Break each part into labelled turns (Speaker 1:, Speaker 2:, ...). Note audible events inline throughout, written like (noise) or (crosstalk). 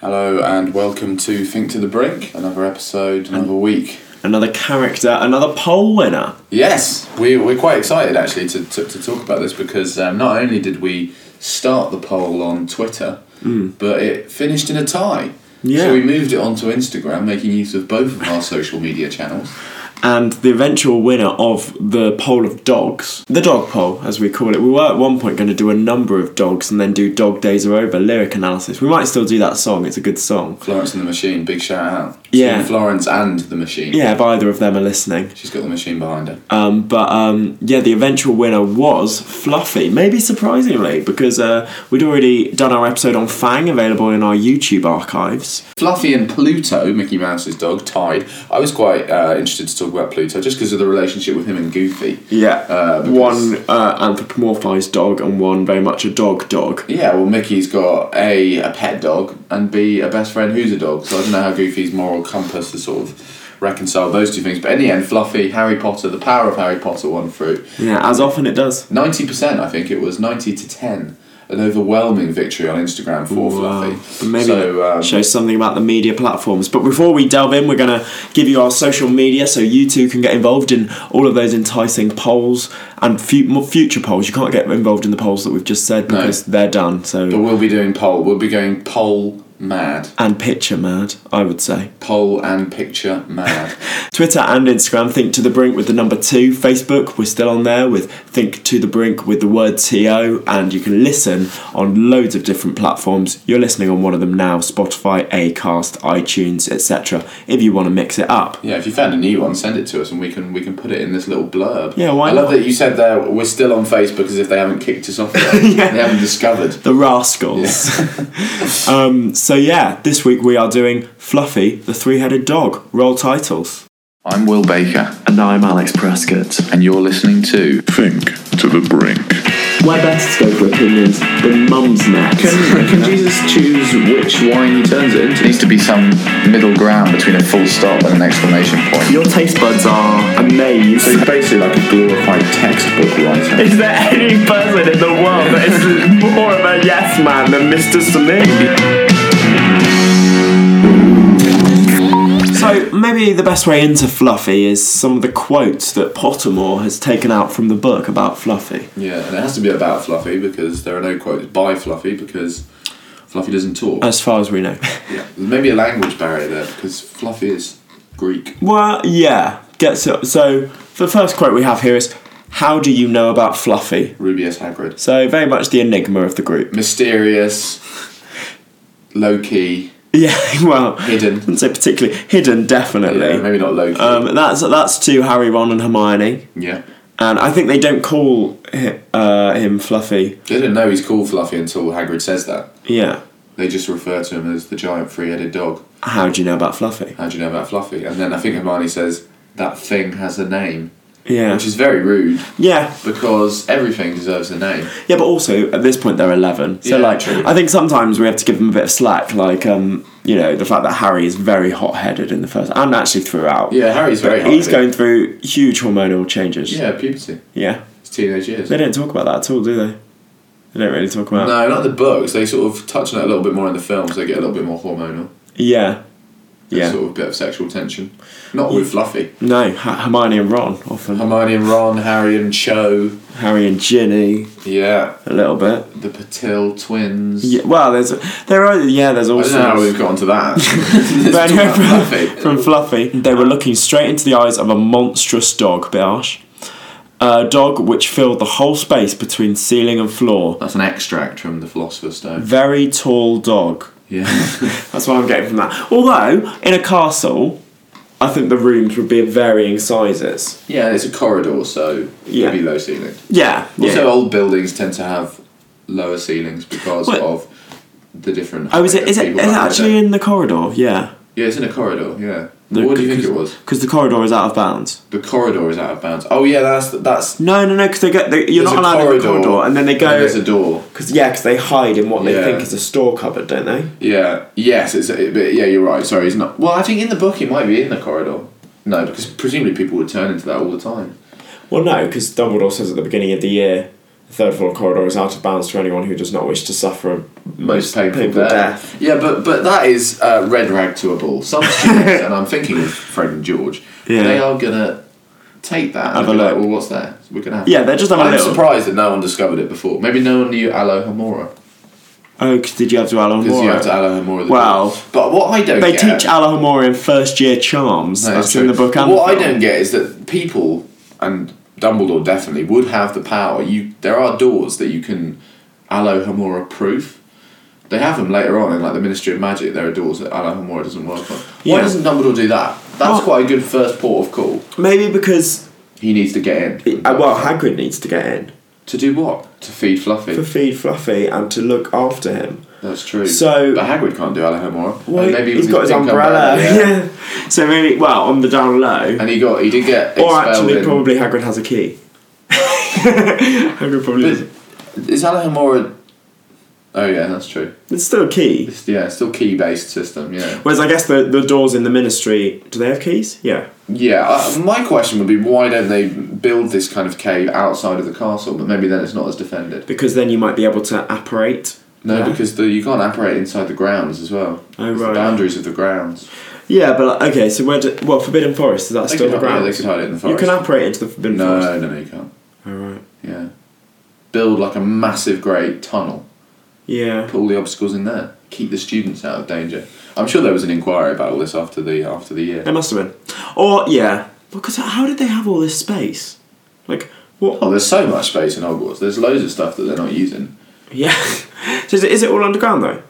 Speaker 1: Hello and welcome to Think to the Brink. Another episode, another week.
Speaker 2: Another character, another poll winner.
Speaker 1: Yes, we, we're quite excited actually to, to, to talk about this because um, not only did we start the poll on Twitter, but it finished in a tie.
Speaker 2: Hmm. Yeah.
Speaker 1: So we moved it onto Instagram, making use of both of our social media channels.
Speaker 2: And the eventual winner of the poll of dogs, the dog poll, as we call it. We were at one point going to do a number of dogs and then do Dog Days Are Over lyric analysis. We might still do that song, it's a good song.
Speaker 1: Florence and the Machine, big shout out.
Speaker 2: Yeah.
Speaker 1: To Florence and the Machine.
Speaker 2: Yeah, if either of them are listening.
Speaker 1: She's got the machine behind her.
Speaker 2: Um, but um, yeah, the eventual winner was Fluffy, maybe surprisingly, because uh, we'd already done our episode on Fang, available in our YouTube archives.
Speaker 1: Fluffy and Pluto, Mickey Mouse's dog, tied. I was quite uh, interested to talk about Pluto just because of the relationship with him and Goofy.
Speaker 2: Yeah,
Speaker 1: Uh, because-
Speaker 2: one uh, anthropomorphized dog and one very much a dog dog.
Speaker 1: Yeah, well, Mickey's got a a pet dog and b a best friend who's a dog. So I don't know how Goofy's moral compass to sort of reconcile those two things. But in the end, Fluffy, Harry Potter, the power of Harry Potter won through.
Speaker 2: Yeah, as often it does.
Speaker 1: Ninety percent, I think it was ninety to ten, an overwhelming victory on Instagram for Fluffy.
Speaker 2: But maybe
Speaker 1: so.
Speaker 2: that
Speaker 1: Um,
Speaker 2: shows something about the media platforms. But before we delve in, we're going to give you our social media so you too can get involved in all of those enticing polls and fu- more future polls. You can't get involved in the polls that we've just said
Speaker 1: No.
Speaker 2: because they're done.
Speaker 1: but
Speaker 2: So
Speaker 1: we'll be doing poll. We'll be going poll mad,
Speaker 2: and picture mad, I would say.
Speaker 1: poll and picture mad.
Speaker 2: Twitter and Instagram, Think to the Brink with the number two. Facebook, we're still on there with Think to the Brink with the word TO, and you can listen on loads of different platforms. You're listening on one of them now Spotify, Acast, iTunes, etc. if you want to mix it up.
Speaker 1: Yeah, if you found a new one, send it to us, and we can we can put it in this little blurb.
Speaker 2: Yeah, why
Speaker 1: I love
Speaker 2: not?
Speaker 1: that you said there we're still on Facebook as if they haven't kicked us off.
Speaker 2: (laughs)
Speaker 1: Yet.
Speaker 2: Yeah.
Speaker 1: They haven't discovered.
Speaker 2: The Rascals. (laughs)
Speaker 1: (laughs)
Speaker 2: um, so, yeah, this week we are doing Fluffy, the Three Headed Dog, roll titles.
Speaker 1: I'm Will Baker,
Speaker 2: And I'm Alex Prescott.
Speaker 1: and you're listening to
Speaker 3: Think to the brink.
Speaker 2: Where best go for opinions than mum's neck.
Speaker 1: Can, can Jesus choose which wine he turns it into? There needs to be some middle ground between a full stop and an exclamation point.
Speaker 2: Your taste buds are amazed.
Speaker 1: he's basically like a glorified textbook
Speaker 2: (laughs)
Speaker 1: writer.
Speaker 2: Is there any person in the world that is more of a yes man than Mr. Samir? So maybe the best way into Fluffy is some of the quotes that Pottermore has taken out from the book about Fluffy.
Speaker 1: Yeah, and it has to be about Fluffy because there are no quotes by Fluffy because Fluffy doesn't talk.
Speaker 2: As far as we know.
Speaker 1: yeah, there's maybe a language barrier there because Fluffy is Greek.
Speaker 2: (laughs) well, yeah. Gets it. So the first quote we have here is, "How do you know about Fluffy?"
Speaker 1: Ruby is Hagrid.
Speaker 2: So very much the enigma of the group. (laughs)
Speaker 1: Mysterious, low key,
Speaker 2: Yeah. Well, I
Speaker 1: hidden.
Speaker 2: wouldn't say particularly hidden. Definitely.
Speaker 1: Yeah, maybe not low key.
Speaker 2: Um, that's that's to Harry, Ron, and Hermione,
Speaker 1: yeah.
Speaker 2: and I think they don't call hi- uh, him Fluffy.
Speaker 1: They didn't know he's called Fluffy until Hagrid says that.
Speaker 2: Yeah.
Speaker 1: They just refer to him as the giant three headed dog.
Speaker 2: How do you know about Fluffy?
Speaker 1: How do you know about Fluffy? And then I think Hermione says, That thing has a name.
Speaker 2: Yeah.
Speaker 1: Which is very rude
Speaker 2: Yeah.
Speaker 1: because everything deserves a name.
Speaker 2: Yeah, but also at this point they're eleven, so
Speaker 1: Yeah,
Speaker 2: like
Speaker 1: true.
Speaker 2: I think sometimes we have to give them a bit of slack, like um, you know the fact that Harry is very hot-headed in the first and actually throughout.
Speaker 1: Yeah, Harry's very hot.
Speaker 2: He's going through huge hormonal changes.
Speaker 1: Yeah, puberty.
Speaker 2: Yeah.
Speaker 1: It's teenage years.
Speaker 2: They don't talk about that at all, do they? They don't really talk about.
Speaker 1: No, not the books. They sort of touch on it a little bit more in the films. They get a little bit more hormonal.
Speaker 2: Yeah.
Speaker 1: There's
Speaker 2: Yeah.
Speaker 1: Sort of a bit of sexual tension. Not with Fluffy.
Speaker 2: No, H- Hermione and Ron often.
Speaker 1: Hermione and Ron, Harry and Cho.
Speaker 2: Harry and Ginny
Speaker 1: Yeah.
Speaker 2: a little bit.
Speaker 1: The Patil twins.
Speaker 2: Yeah, well, there's there are yeah, there's
Speaker 1: I
Speaker 2: all
Speaker 1: don't know how
Speaker 2: sorts.
Speaker 1: we've got onto
Speaker 2: (laughs)
Speaker 1: that.
Speaker 2: But
Speaker 1: Let's talk
Speaker 2: anyway,
Speaker 1: about Fluffy.
Speaker 2: from, from Fluffy, they were looking straight into the eyes of a monstrous dog, a bit harsh. A dog which filled the whole space between ceiling and floor.
Speaker 1: That's an extract from the Philosopher's Stone.
Speaker 2: Very tall dog.
Speaker 1: Yeah.
Speaker 2: That's what I'm getting from that. Although in a castle, I think the rooms would be of varying sizes.
Speaker 1: (laughs) yeah, it's a corridor, so
Speaker 2: Yeah.
Speaker 1: it'd be low ceiling.
Speaker 2: Yeah. yeah.
Speaker 1: Also, old buildings tend to have lower ceilings because
Speaker 2: What?
Speaker 1: of the different.
Speaker 2: oh, is it is it, is
Speaker 1: people
Speaker 2: it
Speaker 1: that live
Speaker 2: actually
Speaker 1: there.
Speaker 2: in the corridor? Yeah.
Speaker 1: Yeah, it's in a corridor. Yeah.
Speaker 2: The-
Speaker 1: what do you think it was?
Speaker 2: Because the corridor is out of bounds.
Speaker 1: The corridor is out of bounds. Oh yeah, that's that's.
Speaker 2: No, no, no. Because they get they, you're
Speaker 1: there's
Speaker 2: not
Speaker 1: a
Speaker 2: allowed in the corridor, and then they go.
Speaker 1: there's a door.
Speaker 2: Cause yeah, because they hide in what
Speaker 1: Yeah.
Speaker 2: they think is a store cupboard, don't they?
Speaker 1: Yeah. Yes. It's. It, but yeah, you're right. Sorry, it's not. Well, I think in the book it might be in the corridor. No, because presumably people would turn into that all the time.
Speaker 2: Well, no, because Dumbledore says at the beginning of the year, The third floor corridor is out of bounds to anyone who does not wish to suffer a
Speaker 1: most painful, death.
Speaker 2: death.
Speaker 1: Yeah, but but that is uh, red rag to a bull. Some
Speaker 2: (laughs)
Speaker 1: students, and I'm thinking of Fred and George,
Speaker 2: Yeah.
Speaker 1: they are gonna take that. And
Speaker 2: Have a
Speaker 1: be like,
Speaker 2: look.
Speaker 1: Well, what's there? So we're gonna have.
Speaker 2: Yeah, they're just having
Speaker 1: I'm
Speaker 2: a little.
Speaker 1: surprised that no one discovered it before. Maybe no one knew Alohomora
Speaker 2: Oh, 'cause did you have to
Speaker 1: because you have
Speaker 2: Alohomora?
Speaker 1: to Alohomora. The
Speaker 2: Wow.
Speaker 1: door. But what I don't
Speaker 2: they
Speaker 1: get,
Speaker 2: teach Alohomora in first year charms.
Speaker 1: No,
Speaker 2: That's
Speaker 1: it's true.
Speaker 2: in the book. And
Speaker 1: What
Speaker 2: the
Speaker 1: I
Speaker 2: film.
Speaker 1: don't get is that people and Dumbledore definitely would have the power. You there are doors that you can Alohomora proof. They have them later on in like the Ministry of Magic. There are doors that Alohomora doesn't work on. Why
Speaker 2: Yeah.
Speaker 1: doesn't Dumbledore do that? That's
Speaker 2: Oh.
Speaker 1: quite a good first port of call.
Speaker 2: Maybe because
Speaker 1: He needs to get in.
Speaker 2: uh, well, Hagrid needs to get in
Speaker 1: to do what? To feed Fluffy.
Speaker 2: to feed Fluffy and to look after him.
Speaker 1: That's true.
Speaker 2: So-
Speaker 1: but Hagrid can't do Alohomora.
Speaker 2: Well,
Speaker 1: And maybe
Speaker 2: he's
Speaker 1: with
Speaker 2: got his
Speaker 1: pink
Speaker 2: umbrella.
Speaker 1: yeah.
Speaker 2: (laughs) yeah. So maybe well on the down low.
Speaker 1: And he got. He did get expelled.
Speaker 2: Or actually,
Speaker 1: in-
Speaker 2: probably Hagrid has
Speaker 1: (laughs)
Speaker 2: a key. Hagrid probably.
Speaker 1: But
Speaker 2: does.
Speaker 1: is Alohomora? Oh yeah, that's true.
Speaker 2: It's still a key.
Speaker 1: It's, yeah, it's still key based system. Yeah.
Speaker 2: Whereas I guess the, the doors in the ministry do they have keys? Yeah.
Speaker 1: Yeah. Uh, my question would be why don't they build this kind of cave outside of the castle? But maybe then it's not as defended.
Speaker 2: Because then you might be able to apparate.
Speaker 1: No,
Speaker 2: Yeah.
Speaker 1: because the, you can't operate inside the grounds as well.
Speaker 2: Oh,
Speaker 1: It's The
Speaker 2: right.
Speaker 1: boundaries of the grounds.
Speaker 2: Yeah, but like, okay, so where do well Forbidden Forest is that
Speaker 1: They
Speaker 2: still
Speaker 1: could,
Speaker 2: the
Speaker 1: hide- yeah,
Speaker 2: ground?
Speaker 1: they could hide it in the
Speaker 2: you
Speaker 1: forest.
Speaker 2: can operate into the Forbidden Forest.
Speaker 1: No, no, no, you can't.
Speaker 2: All right.
Speaker 1: Yeah. Build like a massive great tunnel.
Speaker 2: Yeah.
Speaker 1: Put all the obstacles in there. Keep the students out of danger. I'm sure there was an inquiry about all this after the after the year.
Speaker 2: There must have been. Or yeah, because how did they have all this space? Like what?
Speaker 1: Oh, there's so much space in Hogwarts. There's loads of stuff that they're not using.
Speaker 2: Yeah. (laughs) so is it, is it all underground though?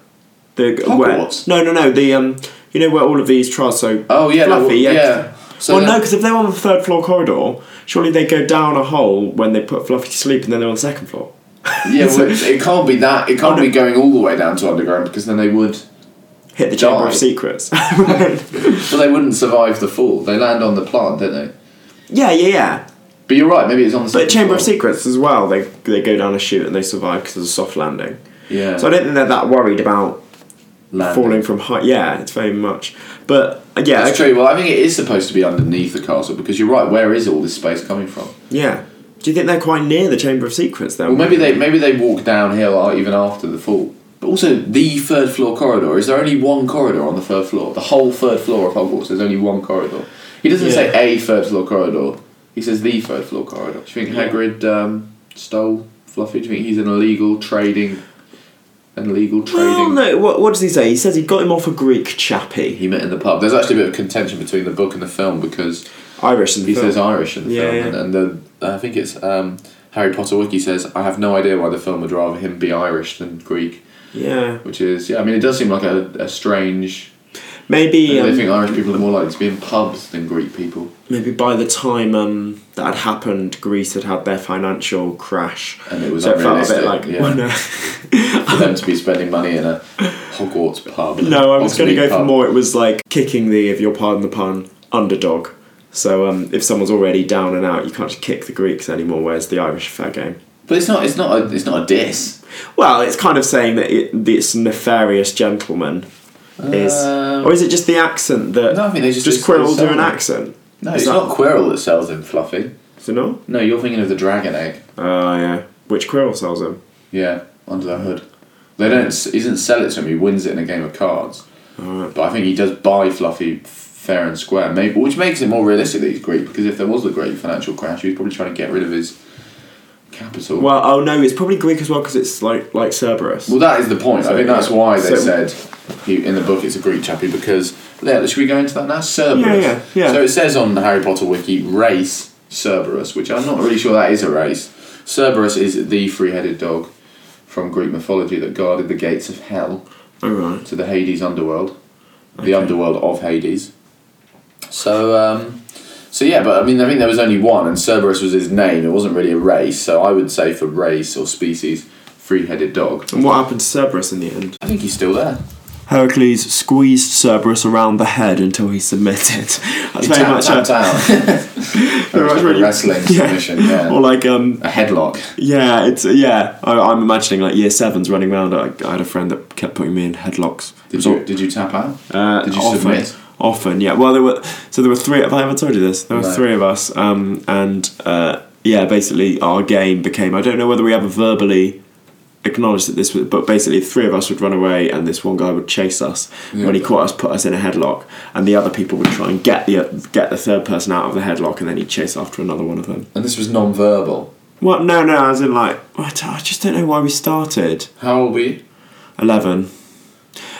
Speaker 2: The
Speaker 1: Hogwarts?
Speaker 2: Where, no, no, no. The um, you know where all of these trials. So
Speaker 1: Oh yeah,
Speaker 2: fluffy.
Speaker 1: no, well,
Speaker 2: yeah.
Speaker 1: So
Speaker 2: well,
Speaker 1: then-
Speaker 2: no, because if they're on the third floor corridor, surely they go down a hole when they put Fluffy to sleep, and then they're on the second floor.
Speaker 1: yeah, well, it, it can't be that. It
Speaker 2: Oh,
Speaker 1: can't be going all the way down to underground because then they would.
Speaker 2: Hit the Chamber of
Speaker 1: Die. (laughs)
Speaker 2: Secrets. (laughs) yeah,
Speaker 1: Well, they wouldn't survive the fall. They land on the plant, don't they?
Speaker 2: yeah, yeah.
Speaker 1: But you're right. Maybe it's on the.
Speaker 2: But
Speaker 1: second
Speaker 2: Chamber of
Speaker 1: floor.
Speaker 2: Secrets as well. They they go down a chute and they survive because there's a soft landing.
Speaker 1: Yeah.
Speaker 2: So I don't think they're that worried about
Speaker 1: landing.
Speaker 2: falling from height. Yeah, it's very much. But uh, yeah,
Speaker 1: That's
Speaker 2: okay-
Speaker 1: true. Well, I think it is supposed to be underneath the castle because you're right. Where is all this space coming from?
Speaker 2: yeah. Do you think they're quite near the Chamber of Secrets though?
Speaker 1: Well, maybe they maybe they walk downhill uh, even after the fall. But also the third floor corridor. Is there only one corridor on the third floor? The whole third floor of Hogwarts. There's only one corridor. He doesn't
Speaker 2: Yeah.
Speaker 1: say a third floor corridor. He says the third floor corridor. Do you think
Speaker 2: Yeah.
Speaker 1: Hagrid um, stole Fluffy? Do you think he's an illegal trading? An illegal
Speaker 2: Well,
Speaker 1: trading.
Speaker 2: no. What, what does he say? He says he got him off a Greek chappie,
Speaker 1: He met in the pub. There's actually a bit of contention between the book and the film because
Speaker 2: Irish, and
Speaker 1: he says uh, Irish in the
Speaker 2: Yeah,
Speaker 1: film,
Speaker 2: yeah.
Speaker 1: and, and the I think it's um, Harry Potter wiki says I have no idea why the film would rather him be Irish than Greek.
Speaker 2: yeah,
Speaker 1: which is yeah. I mean, it does seem like a, a strange.
Speaker 2: maybe
Speaker 1: They
Speaker 2: um,
Speaker 1: think Irish people are more likely to be in pubs than Greek people,
Speaker 2: maybe by the time um, that had happened, Greece had had their financial crash,
Speaker 1: and it was
Speaker 2: so it felt a
Speaker 1: unrealistic.
Speaker 2: bit like
Speaker 1: yeah,
Speaker 2: well, no.
Speaker 1: for them to be spending money in a Hogwarts pub.
Speaker 2: (laughs) no, I was going
Speaker 1: Oxley
Speaker 2: to go for
Speaker 1: pub.
Speaker 2: more. It was like kicking the, if you'll pardon the pun, underdog. So um, if someone's already down and out, you can't just kick the Greeks anymore. Whereas the Irish are fair game.
Speaker 1: But it's not. It's not. A, it's not a diss.
Speaker 2: Well, it's kind of saying that it, this nefarious gentleman is,
Speaker 1: Um,
Speaker 2: or is it just the accent that?
Speaker 1: No, I think they just-
Speaker 2: just
Speaker 1: they sort of
Speaker 2: Quirrell do an
Speaker 1: sound-
Speaker 2: accent.
Speaker 1: No,
Speaker 2: Is
Speaker 1: it's
Speaker 2: that-
Speaker 1: not Quirrell that sells him Fluffy.
Speaker 2: Is it not?
Speaker 1: No, you're thinking of the dragon egg.
Speaker 2: Oh yeah. Which Quirrell sells him?
Speaker 1: Yeah, under the hood. They don't. He doesn't sell it to him. He wins it in a game of cards.
Speaker 2: Alright.
Speaker 1: But I think he does buy Fluffy fair and square, maybe, which makes it more realistic that he's Greek. Because if there was a great financial crash, he was probably trying to get rid of his capital. Well,
Speaker 2: Well, oh no, it's probably Greek as well because it's like like Cerberus.
Speaker 1: that is the point. I
Speaker 2: So,
Speaker 1: think that's why they
Speaker 2: so-
Speaker 1: said he, in the book it's a Greek chappie because yeah, should we go into that now? Cerberus.
Speaker 2: Yeah, yeah, yeah.
Speaker 1: So it says on the Harry Potter wiki race Cerberus, which I'm not really sure that is a race. Cerberus is the three-headed dog from Greek mythology that guarded the gates of hell.
Speaker 2: All right.
Speaker 1: to the Hades underworld, the underworld of Hades. So, um, so yeah, but I mean, I think there was only one, and Cerberus was his name. It wasn't really a race, so I would say for race or species, three-headed dog.
Speaker 2: And what happened to Cerberus in the end?
Speaker 1: I think he's still there.
Speaker 2: Hercules squeezed Cerberus around the head until he submitted. (laughs) That's
Speaker 1: He
Speaker 2: very
Speaker 1: tap-
Speaker 2: much
Speaker 1: tapped
Speaker 2: a, (laughs)
Speaker 1: out. It was like a
Speaker 2: really-
Speaker 1: wrestling
Speaker 2: yeah.
Speaker 1: submission,
Speaker 2: (laughs)
Speaker 1: yeah.
Speaker 2: or like um
Speaker 1: a headlock.
Speaker 2: yeah it's yeah I, I'm imagining like year sevens running around. I, I had a friend that kept putting me in headlocks.
Speaker 1: Did you did you tap out?
Speaker 2: Uh,
Speaker 1: did you
Speaker 2: often,
Speaker 1: submit?
Speaker 2: Often, yeah. Well, there were so there were three. Have I ever told you this? There were
Speaker 1: No.
Speaker 2: three of us, um, and uh, yeah, basically our game became I don't know whether we ever verbally acknowledged that this was, but basically the three of us would run away and this one guy would chase us.
Speaker 1: Yeah.
Speaker 2: When he caught us, put us in a headlock, and the other people would try and get the get the third person out of the headlock, and then he'd chase after another one of them.
Speaker 1: And this was non-verbal.
Speaker 2: Well, no, no, as in like I d- I just don't know why we started
Speaker 1: How old were you?
Speaker 2: eleven.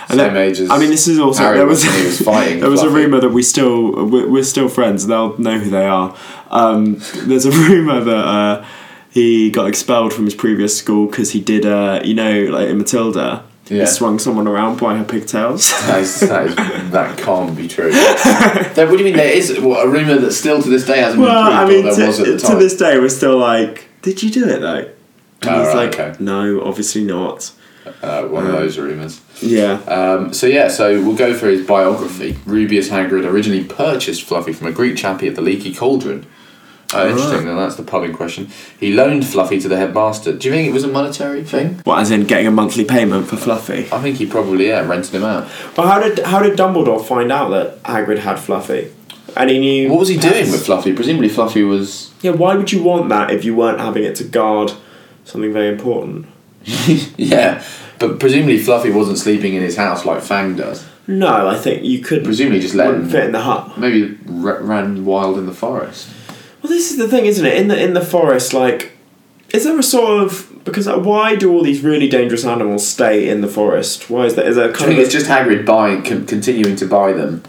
Speaker 1: Same age as
Speaker 2: I mean, this is also
Speaker 1: Harry
Speaker 2: there was,
Speaker 1: when he
Speaker 2: (laughs)
Speaker 1: was fighting
Speaker 2: there was a
Speaker 1: Fluffy.
Speaker 2: rumor that we still we're, we're still friends. They'll know who they are. Um, there's a (laughs) rumor that uh, he got expelled from his previous school because he did, uh, you know, like in Matilda,
Speaker 1: Yeah.
Speaker 2: he swung someone around by
Speaker 1: (laughs)
Speaker 2: her pigtails. (laughs)
Speaker 1: That, is, that, is, that can't be true. There- what do you mean there is what, a rumour that still to this day hasn't
Speaker 2: well, I
Speaker 1: been
Speaker 2: mean,
Speaker 1: proved? or there was at
Speaker 2: to,
Speaker 1: the
Speaker 2: to
Speaker 1: time?
Speaker 2: this day, we're still like, did you do it though? And
Speaker 1: Oh, right,
Speaker 2: he's like,
Speaker 1: okay.
Speaker 2: no, obviously not.
Speaker 1: uh, one of those rumours.
Speaker 2: Yeah.
Speaker 1: Um, so yeah, so we'll go through his biography. Rubius Hagrid originally purchased Fluffy from a Greek chappie at the Leaky Cauldron. Oh, interesting. Then that's the pub in question. He loaned Fluffy to the headmaster. Do you think it was a monetary thing?
Speaker 2: What, as in getting a monthly payment for Fluffy?
Speaker 1: I think he probably yeah rented him out.
Speaker 2: But how did how did Dumbledore find out that Hagrid had Fluffy? And he knew.
Speaker 1: What was he doing with Fluffy? Presumably Fluffy was. (laughs)
Speaker 2: Yeah, why would you want that if you weren't having it to guard something very important?
Speaker 1: yeah, but presumably Fluffy wasn't sleeping in his house like Fang does.
Speaker 2: No, I think you could
Speaker 1: Presumably just let
Speaker 2: wouldn't
Speaker 1: him-
Speaker 2: fit in the hut.
Speaker 1: Maybe r- ran wild in the forest.
Speaker 2: Well, this is the thing, isn't it? In the in the forest, like, is there a sort of because uh, why do all these really dangerous animals stay in the forest? Why is that? Is there
Speaker 1: I
Speaker 2: kind
Speaker 1: think
Speaker 2: of
Speaker 1: it's just Hagrid buying, con- continuing to buy them,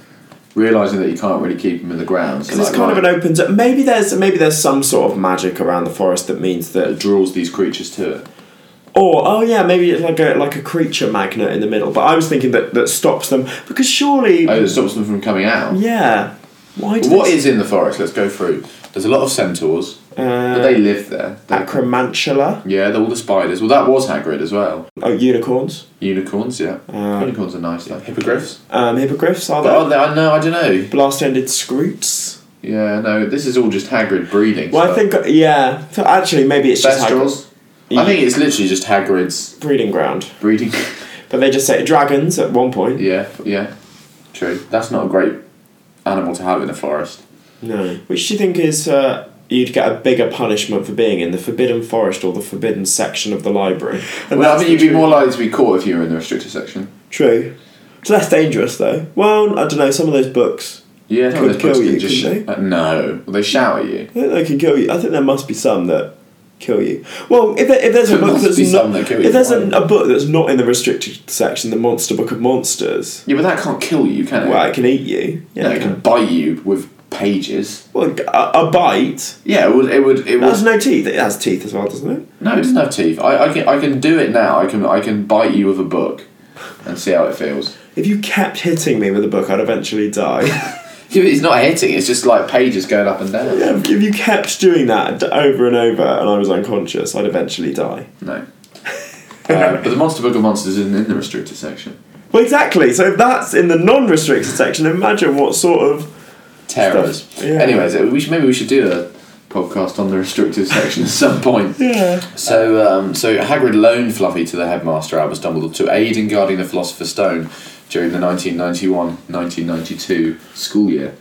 Speaker 1: realizing that you can't really keep them in the ground. So
Speaker 2: because it's
Speaker 1: like,
Speaker 2: kind of
Speaker 1: right,
Speaker 2: an open. z- Maybe there's maybe there's some sort of magic around the forest that means
Speaker 1: it
Speaker 2: that.
Speaker 1: draws these creatures to it.
Speaker 2: Or oh yeah, maybe it's like a like a creature magnet in the middle. But I was thinking that that stops them because surely
Speaker 1: Oh, it stops them from coming out.
Speaker 2: yeah. Why do
Speaker 1: What
Speaker 2: they-
Speaker 1: is in the forest? Let's go through. There's a lot of centaurs, but
Speaker 2: uh,
Speaker 1: they live there. They're-
Speaker 2: Acromantula.
Speaker 1: yeah, they're all the spiders. Well, that was Hagrid as well.
Speaker 2: Oh, unicorns.
Speaker 1: Unicorns, yeah.
Speaker 2: Um,
Speaker 1: Unicorns are nice, though. Hippogriffs?
Speaker 2: Um, hippogriffs, are
Speaker 1: But
Speaker 2: there?
Speaker 1: are they, I know, I don't know.
Speaker 2: Blast-ended scroots.
Speaker 1: Yeah, no, this is all just Hagrid breeding.
Speaker 2: Well, I
Speaker 1: stuff.
Speaker 2: think, yeah. So actually, maybe it's just Hagrid-
Speaker 1: Thestrals? I think it's literally just Hagrid's
Speaker 2: breeding ground.
Speaker 1: breeding. (laughs)
Speaker 2: But they just say dragons at one point.
Speaker 1: yeah, yeah. True. That's not a great animal to have in a forest.
Speaker 2: No. Which do you think is, uh, you'd get a bigger punishment for being in the Forbidden Forest or the Forbidden section of the library? And
Speaker 1: Well, I
Speaker 2: that's
Speaker 1: think you'd be
Speaker 2: the
Speaker 1: more
Speaker 2: truth.
Speaker 1: likely to be caught if you were in the restricted section.
Speaker 2: True. It's less dangerous, though. Well, I don't know, some of those books,
Speaker 1: Yeah,
Speaker 2: Could kill you, couldn't
Speaker 1: uh, no, well, they shout at you.
Speaker 2: I think they can kill you. I think there must be some that kill you. Well, if, there, if there's a
Speaker 1: There
Speaker 2: book
Speaker 1: must
Speaker 2: that's
Speaker 1: be
Speaker 2: not
Speaker 1: some that kill you.
Speaker 2: if there's
Speaker 1: Why?
Speaker 2: a, a book that's not in the restricted section, the Monster Book of Monsters,
Speaker 1: Yeah, but that can't kill you, can it?
Speaker 2: well, it can eat you.
Speaker 1: no, it can bite you with pages.
Speaker 2: Well, a, a bite.
Speaker 1: Yeah, it would. It would. It
Speaker 2: It has
Speaker 1: would.
Speaker 2: no teeth. It has teeth as well, doesn't it?
Speaker 1: No, it doesn't have teeth. I, I can. I can do it now. I can. I can bite you with a book, and see how it feels.
Speaker 2: If you kept hitting me with a book, I'd eventually die. (laughs)
Speaker 1: Yeah, but It's not hitting. It's just like pages going up and down.
Speaker 2: Yeah, if you kept doing that d- over and over, and I was unconscious, I'd eventually die.
Speaker 1: No. (laughs) Uh, but the Monster Book of Monsters isn't in the restricted section.
Speaker 2: Well, exactly. So if that's in the non-restricted section, imagine what sort of
Speaker 1: Terrors.
Speaker 2: Stuff, yeah.
Speaker 1: Anyways, uh, we should, maybe we should do a podcast on the restricted (laughs) section at some point.
Speaker 2: yeah.
Speaker 1: So, um, so Hagrid loaned Fluffy to the headmaster Albus Dumbledore to aid in guarding the Philosopher's Stone during the 1991-1992 school year.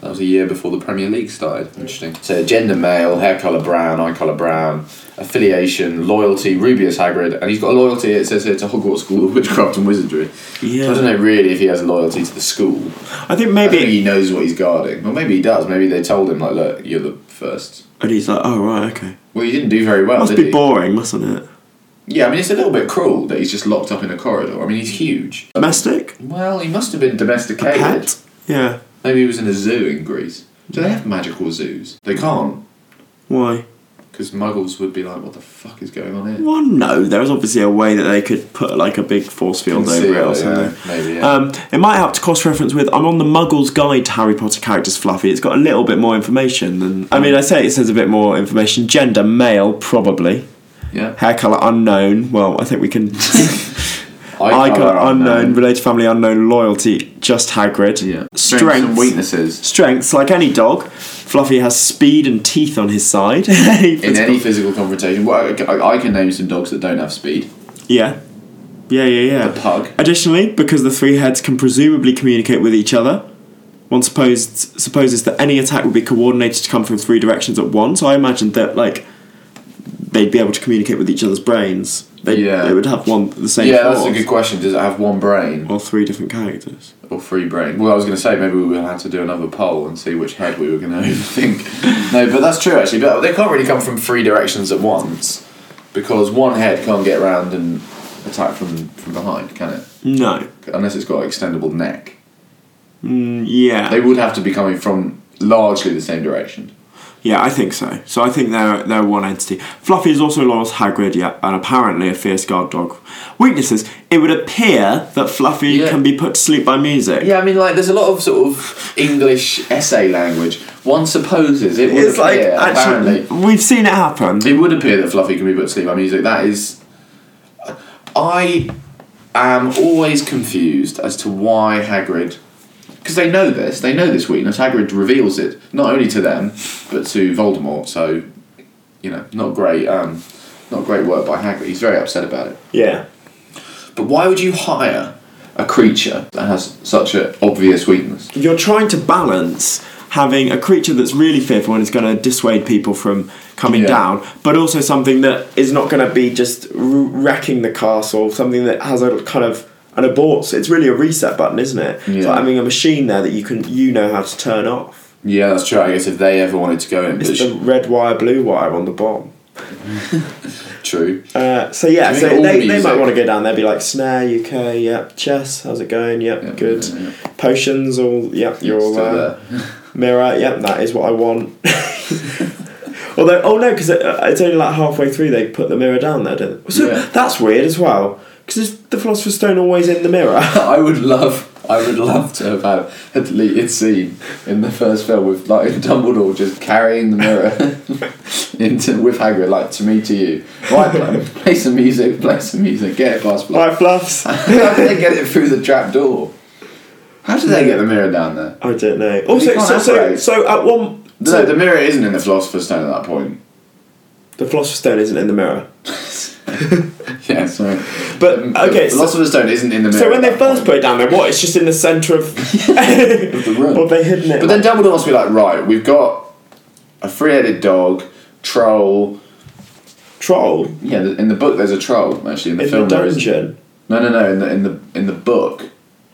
Speaker 1: So that was a year before the Premier League started. Interesting. So gender male, hair colour brown, eye colour brown, affiliation, loyalty, Rubius Hagrid, and he's got a loyalty. It says here to Hogwarts School of Witchcraft and Wizardry. So I don't know really if he has a loyalty to the school.
Speaker 2: I think
Speaker 1: I think
Speaker 2: maybe.
Speaker 1: he knows what he's guarding. Well, maybe he does. Maybe they told him like, look, you're the first.
Speaker 2: And he's like, oh right, okay.
Speaker 1: Well, he didn't do very well.
Speaker 2: Must
Speaker 1: did
Speaker 2: be
Speaker 1: he?
Speaker 2: boring, mustn't it?
Speaker 1: Yeah, I mean, it's a little bit cruel that he's just locked up in a corridor. I mean, he's huge.
Speaker 2: Domestic?
Speaker 1: Well, he must have been domesticated.
Speaker 2: Pet? Yeah.
Speaker 1: Maybe he was in a zoo in Greece. Do they have magical zoos? They can't,
Speaker 2: Why?
Speaker 1: because muggles would be like, what the fuck is going on here?
Speaker 2: Well, no. There was obviously a way that they could put like a big force field
Speaker 1: Conceal
Speaker 2: over it or
Speaker 1: it,
Speaker 2: something.
Speaker 1: yeah, maybe, yeah.
Speaker 2: Um, it might help to cross-reference with. I'm on the Muggles Guide to Harry Potter characters. Fluffy. It's got a little bit more information than. I mean, I say it says a bit more information. Gender male, probably.
Speaker 1: Yeah.
Speaker 2: Hair color unknown. Well, I think we (laughs) can.
Speaker 1: I
Speaker 2: Icon unknown. Related family unknown. Loyalty just Hagrid.
Speaker 1: Yeah. Strengths
Speaker 2: Strength.
Speaker 1: and weaknesses
Speaker 2: Strengths like any dog. Fluffy has speed and teeth on his side.
Speaker 1: in any physical confrontation. Well, I I can name some dogs that don't have speed.
Speaker 2: Yeah. Yeah, yeah, yeah.
Speaker 1: A pug.
Speaker 2: Additionally, because the three heads can presumably communicate with each other, One supposed, supposes that any attack would be coordinated to come from three directions at once. I imagined that like they'd be able to communicate with each other's brains. They,
Speaker 1: Yeah.
Speaker 2: they would have one the same.
Speaker 1: yeah, that's a
Speaker 2: thought.
Speaker 1: good question. Does it have one brain
Speaker 2: Or three different characters.
Speaker 1: or three brain? Well, I was going to say maybe we would have to do another poll and see which head we were going to (laughs) overthink. no, but that's true actually. But they can't really come from three directions at once because one head can't get round and attack from from behind, can it?
Speaker 2: No.
Speaker 1: Unless it's got an extendable neck.
Speaker 2: Mm, yeah.
Speaker 1: They would have to be coming from largely the same direction.
Speaker 2: Yeah, I think so. So I think they're they're one entity. Fluffy is also loyal to Hagrid, yeah, and apparently a fierce guard dog. Weaknesses: It would appear that Fluffy
Speaker 1: Yeah.
Speaker 2: can be put to sleep by music.
Speaker 1: Yeah, I mean, like, there's a lot of sort of English essay language. One supposes it would
Speaker 2: it's like
Speaker 1: appear, apparently.
Speaker 2: actually we've seen it happen.
Speaker 1: It would appear that Fluffy can be put to sleep by music. That is. I am always confused as to why Hagrid. Because they know this, they know this weakness. Hagrid reveals it, not only to them, but to Voldemort, so, you know, not great. Um, not great work by Hagrid. He's very upset about it.
Speaker 2: Yeah,
Speaker 1: But why would you hire a creature that has such an obvious weakness?
Speaker 2: you're trying to balance having a creature that's really fearful and is going to dissuade people from coming
Speaker 1: Yeah.
Speaker 2: down, but also something that is not going to be just r- wrecking the castle, something that has a kind of an abort. It's really a reset button, isn't it? It's
Speaker 1: Yeah.
Speaker 2: like having a machine there that you can you know how to turn off.
Speaker 1: Yeah, that's true. I guess if they ever wanted to go in, but
Speaker 2: It's
Speaker 1: it's
Speaker 2: the red wire, blue wire on the bomb.
Speaker 1: true.
Speaker 2: Uh, so yeah,
Speaker 1: Do you
Speaker 2: so
Speaker 1: mean all
Speaker 2: they, they
Speaker 1: music?
Speaker 2: might want to go down there, be like snare UK, yep, chess, how's it going, yep,
Speaker 1: Yep,
Speaker 2: good,
Speaker 1: yeah,
Speaker 2: potions, all yep, you're all
Speaker 1: Still
Speaker 2: there.
Speaker 1: there.
Speaker 2: Mirror, yep, that is what I want. (laughs) Although, oh no, because it, uh, it's only like halfway through they put the mirror down there, don't they? So
Speaker 1: Yeah.
Speaker 2: that's weird as well, because the Philosopher's Stone always in the
Speaker 1: (laughs)
Speaker 2: mirror. (laughs)
Speaker 1: I would love, I would love to have had a deleted scene in the first film with like Dumbledore just carrying the mirror (laughs) into with Hagrid, like to me to you. Right, play, play some music, play some music, get it past. Block.
Speaker 2: right, Fluffs? I
Speaker 1: How do they get it through the trap door? How do they get the mirror down there?
Speaker 2: don't know. Also,
Speaker 1: can't
Speaker 2: so, so,
Speaker 1: operate.
Speaker 2: so at one.
Speaker 1: No,
Speaker 2: So
Speaker 1: the mirror isn't in the Philosopher's Stone at that point. (laughs)
Speaker 2: the Philosopher's Stone isn't in the mirror.
Speaker 1: Yeah, sorry.
Speaker 2: But, okay,
Speaker 1: Mm, the
Speaker 2: so-
Speaker 1: Philosopher's Stone isn't in the mirror.
Speaker 2: So when
Speaker 1: at
Speaker 2: they
Speaker 1: that
Speaker 2: first
Speaker 1: point.
Speaker 2: put it down there, what? It's just in the centre
Speaker 1: (laughs)
Speaker 2: of. (laughs)
Speaker 1: the room.
Speaker 2: Well, they hidden it.
Speaker 1: But then Dumbledore must be like, right, we've got a three-headed dog, troll.
Speaker 2: troll
Speaker 1: Yeah, th- in the book there's a troll actually. In the
Speaker 2: in the
Speaker 1: film there isn't.
Speaker 2: dungeon.
Speaker 1: No, no, no. In the in the in the book,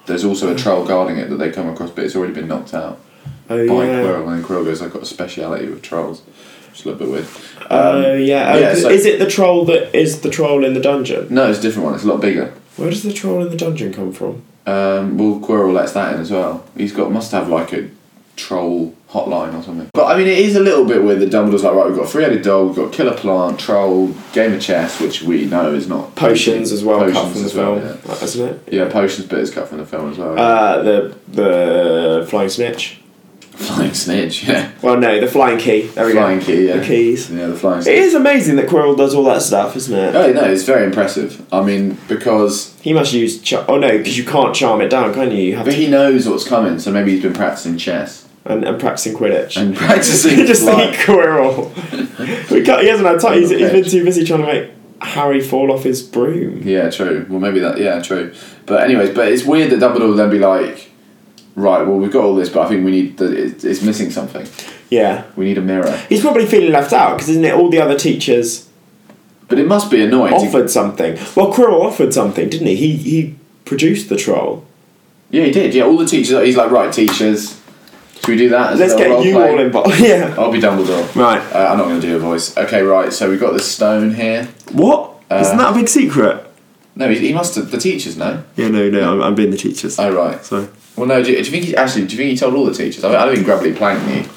Speaker 1: there's also a troll guarding it that they come across, but it's already been knocked out
Speaker 2: Oh
Speaker 1: by
Speaker 2: yeah.
Speaker 1: Quirrell. And then Quirrell goes, "I've got a speciality with trolls." It's a little bit weird.
Speaker 2: Oh yeah. Oh,
Speaker 1: yeah,
Speaker 2: 'cause
Speaker 1: so-
Speaker 2: is it the troll that is the troll in the dungeon?
Speaker 1: No, it's a different one. It's a lot bigger.
Speaker 2: Where does the troll in the dungeon come from?
Speaker 1: Um, well, Quirrell lets that in as well. He's got must have like a troll hotline or something. But I mean, it is a little bit weird that Dumbledore's like, right, we've got three-headed dog, we've got killer plant, troll, game of chess, which we know is not
Speaker 2: Potions as well, cut
Speaker 1: Potions
Speaker 2: from the
Speaker 1: as well.
Speaker 2: film,
Speaker 1: Yeah.
Speaker 2: isn't it?
Speaker 1: Yeah, potions bit is cut from the film as well.
Speaker 2: Uh, the the flying snitch.
Speaker 1: Flying snitch, (laughs) yeah.
Speaker 2: Well, no, the flying key. There we
Speaker 1: Flying
Speaker 2: go.
Speaker 1: key, yeah.
Speaker 2: The keys.
Speaker 1: Yeah, the flying
Speaker 2: It
Speaker 1: snitch.
Speaker 2: is amazing that Quirrell does all that stuff, isn't it?
Speaker 1: Oh no, it's very impressive. I mean, because
Speaker 2: He must use. Char- oh no, because you can't charm it down, can you? You have
Speaker 1: but
Speaker 2: to
Speaker 1: he knows what's coming, so maybe he's been practicing chess
Speaker 2: and, and practicing Quidditch.
Speaker 1: and (laughs) practicing.
Speaker 2: (laughs) just
Speaker 1: flying.
Speaker 2: think
Speaker 1: (laughs)
Speaker 2: Quirrell. we can't, he hasn't had time. He's, he's been too busy trying to make Harry fall off his broom.
Speaker 1: Yeah, true. Well, maybe that. Yeah, true. But anyways, but it's weird that Dumbledore would then be like, right, well, we've got all this, but I think we need the, it, it's missing something.
Speaker 2: Yeah.
Speaker 1: We need a mirror.
Speaker 2: He's probably feeling left out because isn't it all the other teachers
Speaker 1: But it must be annoying. to-
Speaker 2: offered something? Well, Quirrell offered something, didn't he? He he produced the troll.
Speaker 1: yeah, he did. Yeah, all the teachers. He's like, right, teachers. Should we do that? as
Speaker 2: Let's
Speaker 1: a
Speaker 2: get
Speaker 1: role
Speaker 2: you
Speaker 1: play?
Speaker 2: all involved. (laughs) yeah.
Speaker 1: I'll be Dumbledore.
Speaker 2: Right.
Speaker 1: Uh, I'm not going to do a voice. Okay, right. So we've got this stone here.
Speaker 2: What?
Speaker 1: Uh,
Speaker 2: Isn't that a big secret?
Speaker 1: No, he, he must have. The teachers know.
Speaker 2: Yeah, no, no, I'm, I'm being the teachers.
Speaker 1: Oh right.
Speaker 2: so
Speaker 1: Well, no. Do you, do you think he actually? Do you think he told all the teachers? I, mean, I don't think Grubbly Plank knew.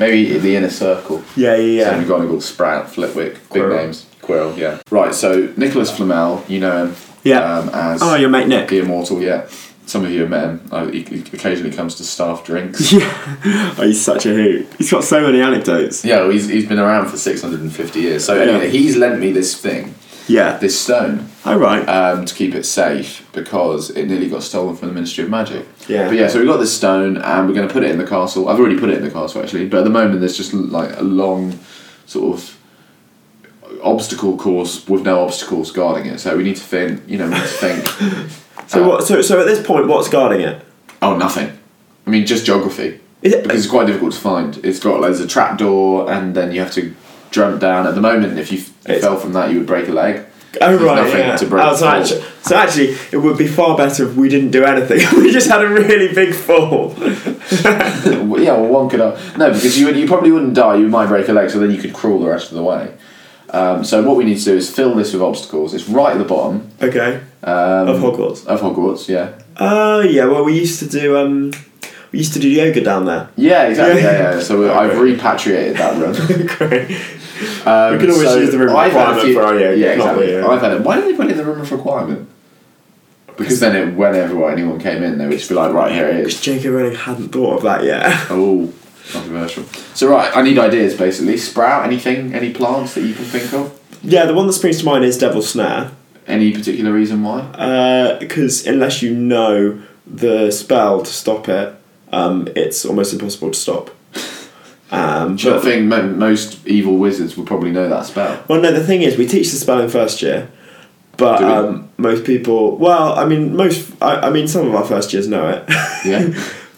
Speaker 1: Maybe the inner circle.
Speaker 2: yeah,
Speaker 1: Yeah. So
Speaker 2: yeah, yeah.
Speaker 1: McGonagall, Sprout, Flitwick, big
Speaker 2: Quirrell.
Speaker 1: names. Quirrell, yeah. Right. So Nicholas Flamel, you know him.
Speaker 2: Yeah.
Speaker 1: Um, as
Speaker 2: Oh, your mate Nick.
Speaker 1: the immortal. Yeah. Some of you have met him. I, he, he occasionally comes to staff
Speaker 2: (laughs)
Speaker 1: drinks.
Speaker 2: (laughs) Yeah. Oh, he's such a hoot. He's got so many anecdotes.
Speaker 1: yeah. Well, he's he's been around for six hundred and fifty years. So anyway,
Speaker 2: Yeah.
Speaker 1: he's lent me this thing,
Speaker 2: Yeah.
Speaker 1: this stone.
Speaker 2: All right.
Speaker 1: um, to keep it safe because it nearly got stolen from the Ministry of Magic.
Speaker 2: Yeah.
Speaker 1: But yeah, so we got this stone and we're going to put it in the castle. I've already put it in the castle actually, but at the moment there's just like a long sort of obstacle course with no obstacles guarding it. So we need to
Speaker 2: (laughs)
Speaker 1: think, you know, we need to think.
Speaker 2: so
Speaker 1: uh,
Speaker 2: what? So so at this point, what's guarding it?
Speaker 1: Oh, nothing. I mean, just geography.
Speaker 2: Is it-
Speaker 1: because it's quite difficult to find. It's got there's a trapdoor, and then you have to jump down. At the moment, if you f
Speaker 2: It's-
Speaker 1: fell from that, you would break a leg.
Speaker 2: Oh
Speaker 1: There's
Speaker 2: right,
Speaker 1: nothing
Speaker 2: yeah.
Speaker 1: to break
Speaker 2: Oh, so,
Speaker 1: the fall.
Speaker 2: actually, so actually, it would be far better if we didn't do anything. (laughs) we just had a really big fall.
Speaker 1: Well, yeah, well, one could. Uh, no, because you would, you probably wouldn't die. You might break a leg, so then you could crawl the rest of the way. Um, so what we need to do is fill this with obstacles. It's right at the bottom
Speaker 2: okay.
Speaker 1: um,
Speaker 2: of Hogwarts.
Speaker 1: of Hogwarts. Yeah.
Speaker 2: Oh yeah. Well, we used to do um, we used to do yoga down there. (laughs)
Speaker 1: Yeah, exactly.
Speaker 2: Yeah.
Speaker 1: Yeah, yeah. So we- I've repatriated that
Speaker 2: (laughs)
Speaker 1: room.
Speaker 2: Great.
Speaker 1: Um,
Speaker 2: We can always use the room
Speaker 1: I've had a
Speaker 2: requirement for our yoga,
Speaker 1: Yeah,
Speaker 2: can't
Speaker 1: exactly.
Speaker 2: we? Yeah.
Speaker 1: I've had it. Why did they put in the room of requirement? Because then, it, whenever anyone came in, they would just be like, "Right, here it is."
Speaker 2: Because J.K. Rowling hadn't thought of that yet. (laughs)
Speaker 1: Oh, controversial. So right, I need ideas basically. Sprout anything, any plants that you can think of.
Speaker 2: yeah, the one that springs to mind is Devil's Snare.
Speaker 1: Any particular reason why?
Speaker 2: Because unless you know the spell to stop it, um, it's almost impossible to stop. Um,
Speaker 1: Sure. I
Speaker 2: but-
Speaker 1: think mo- most evil wizards would probably know that spell.
Speaker 2: Well, no, the thing is, we teach the spell in first year, but
Speaker 1: Do we?
Speaker 2: um, most people, well, I mean, most, I, I mean, some of our first years know it. (laughs)
Speaker 1: Yeah.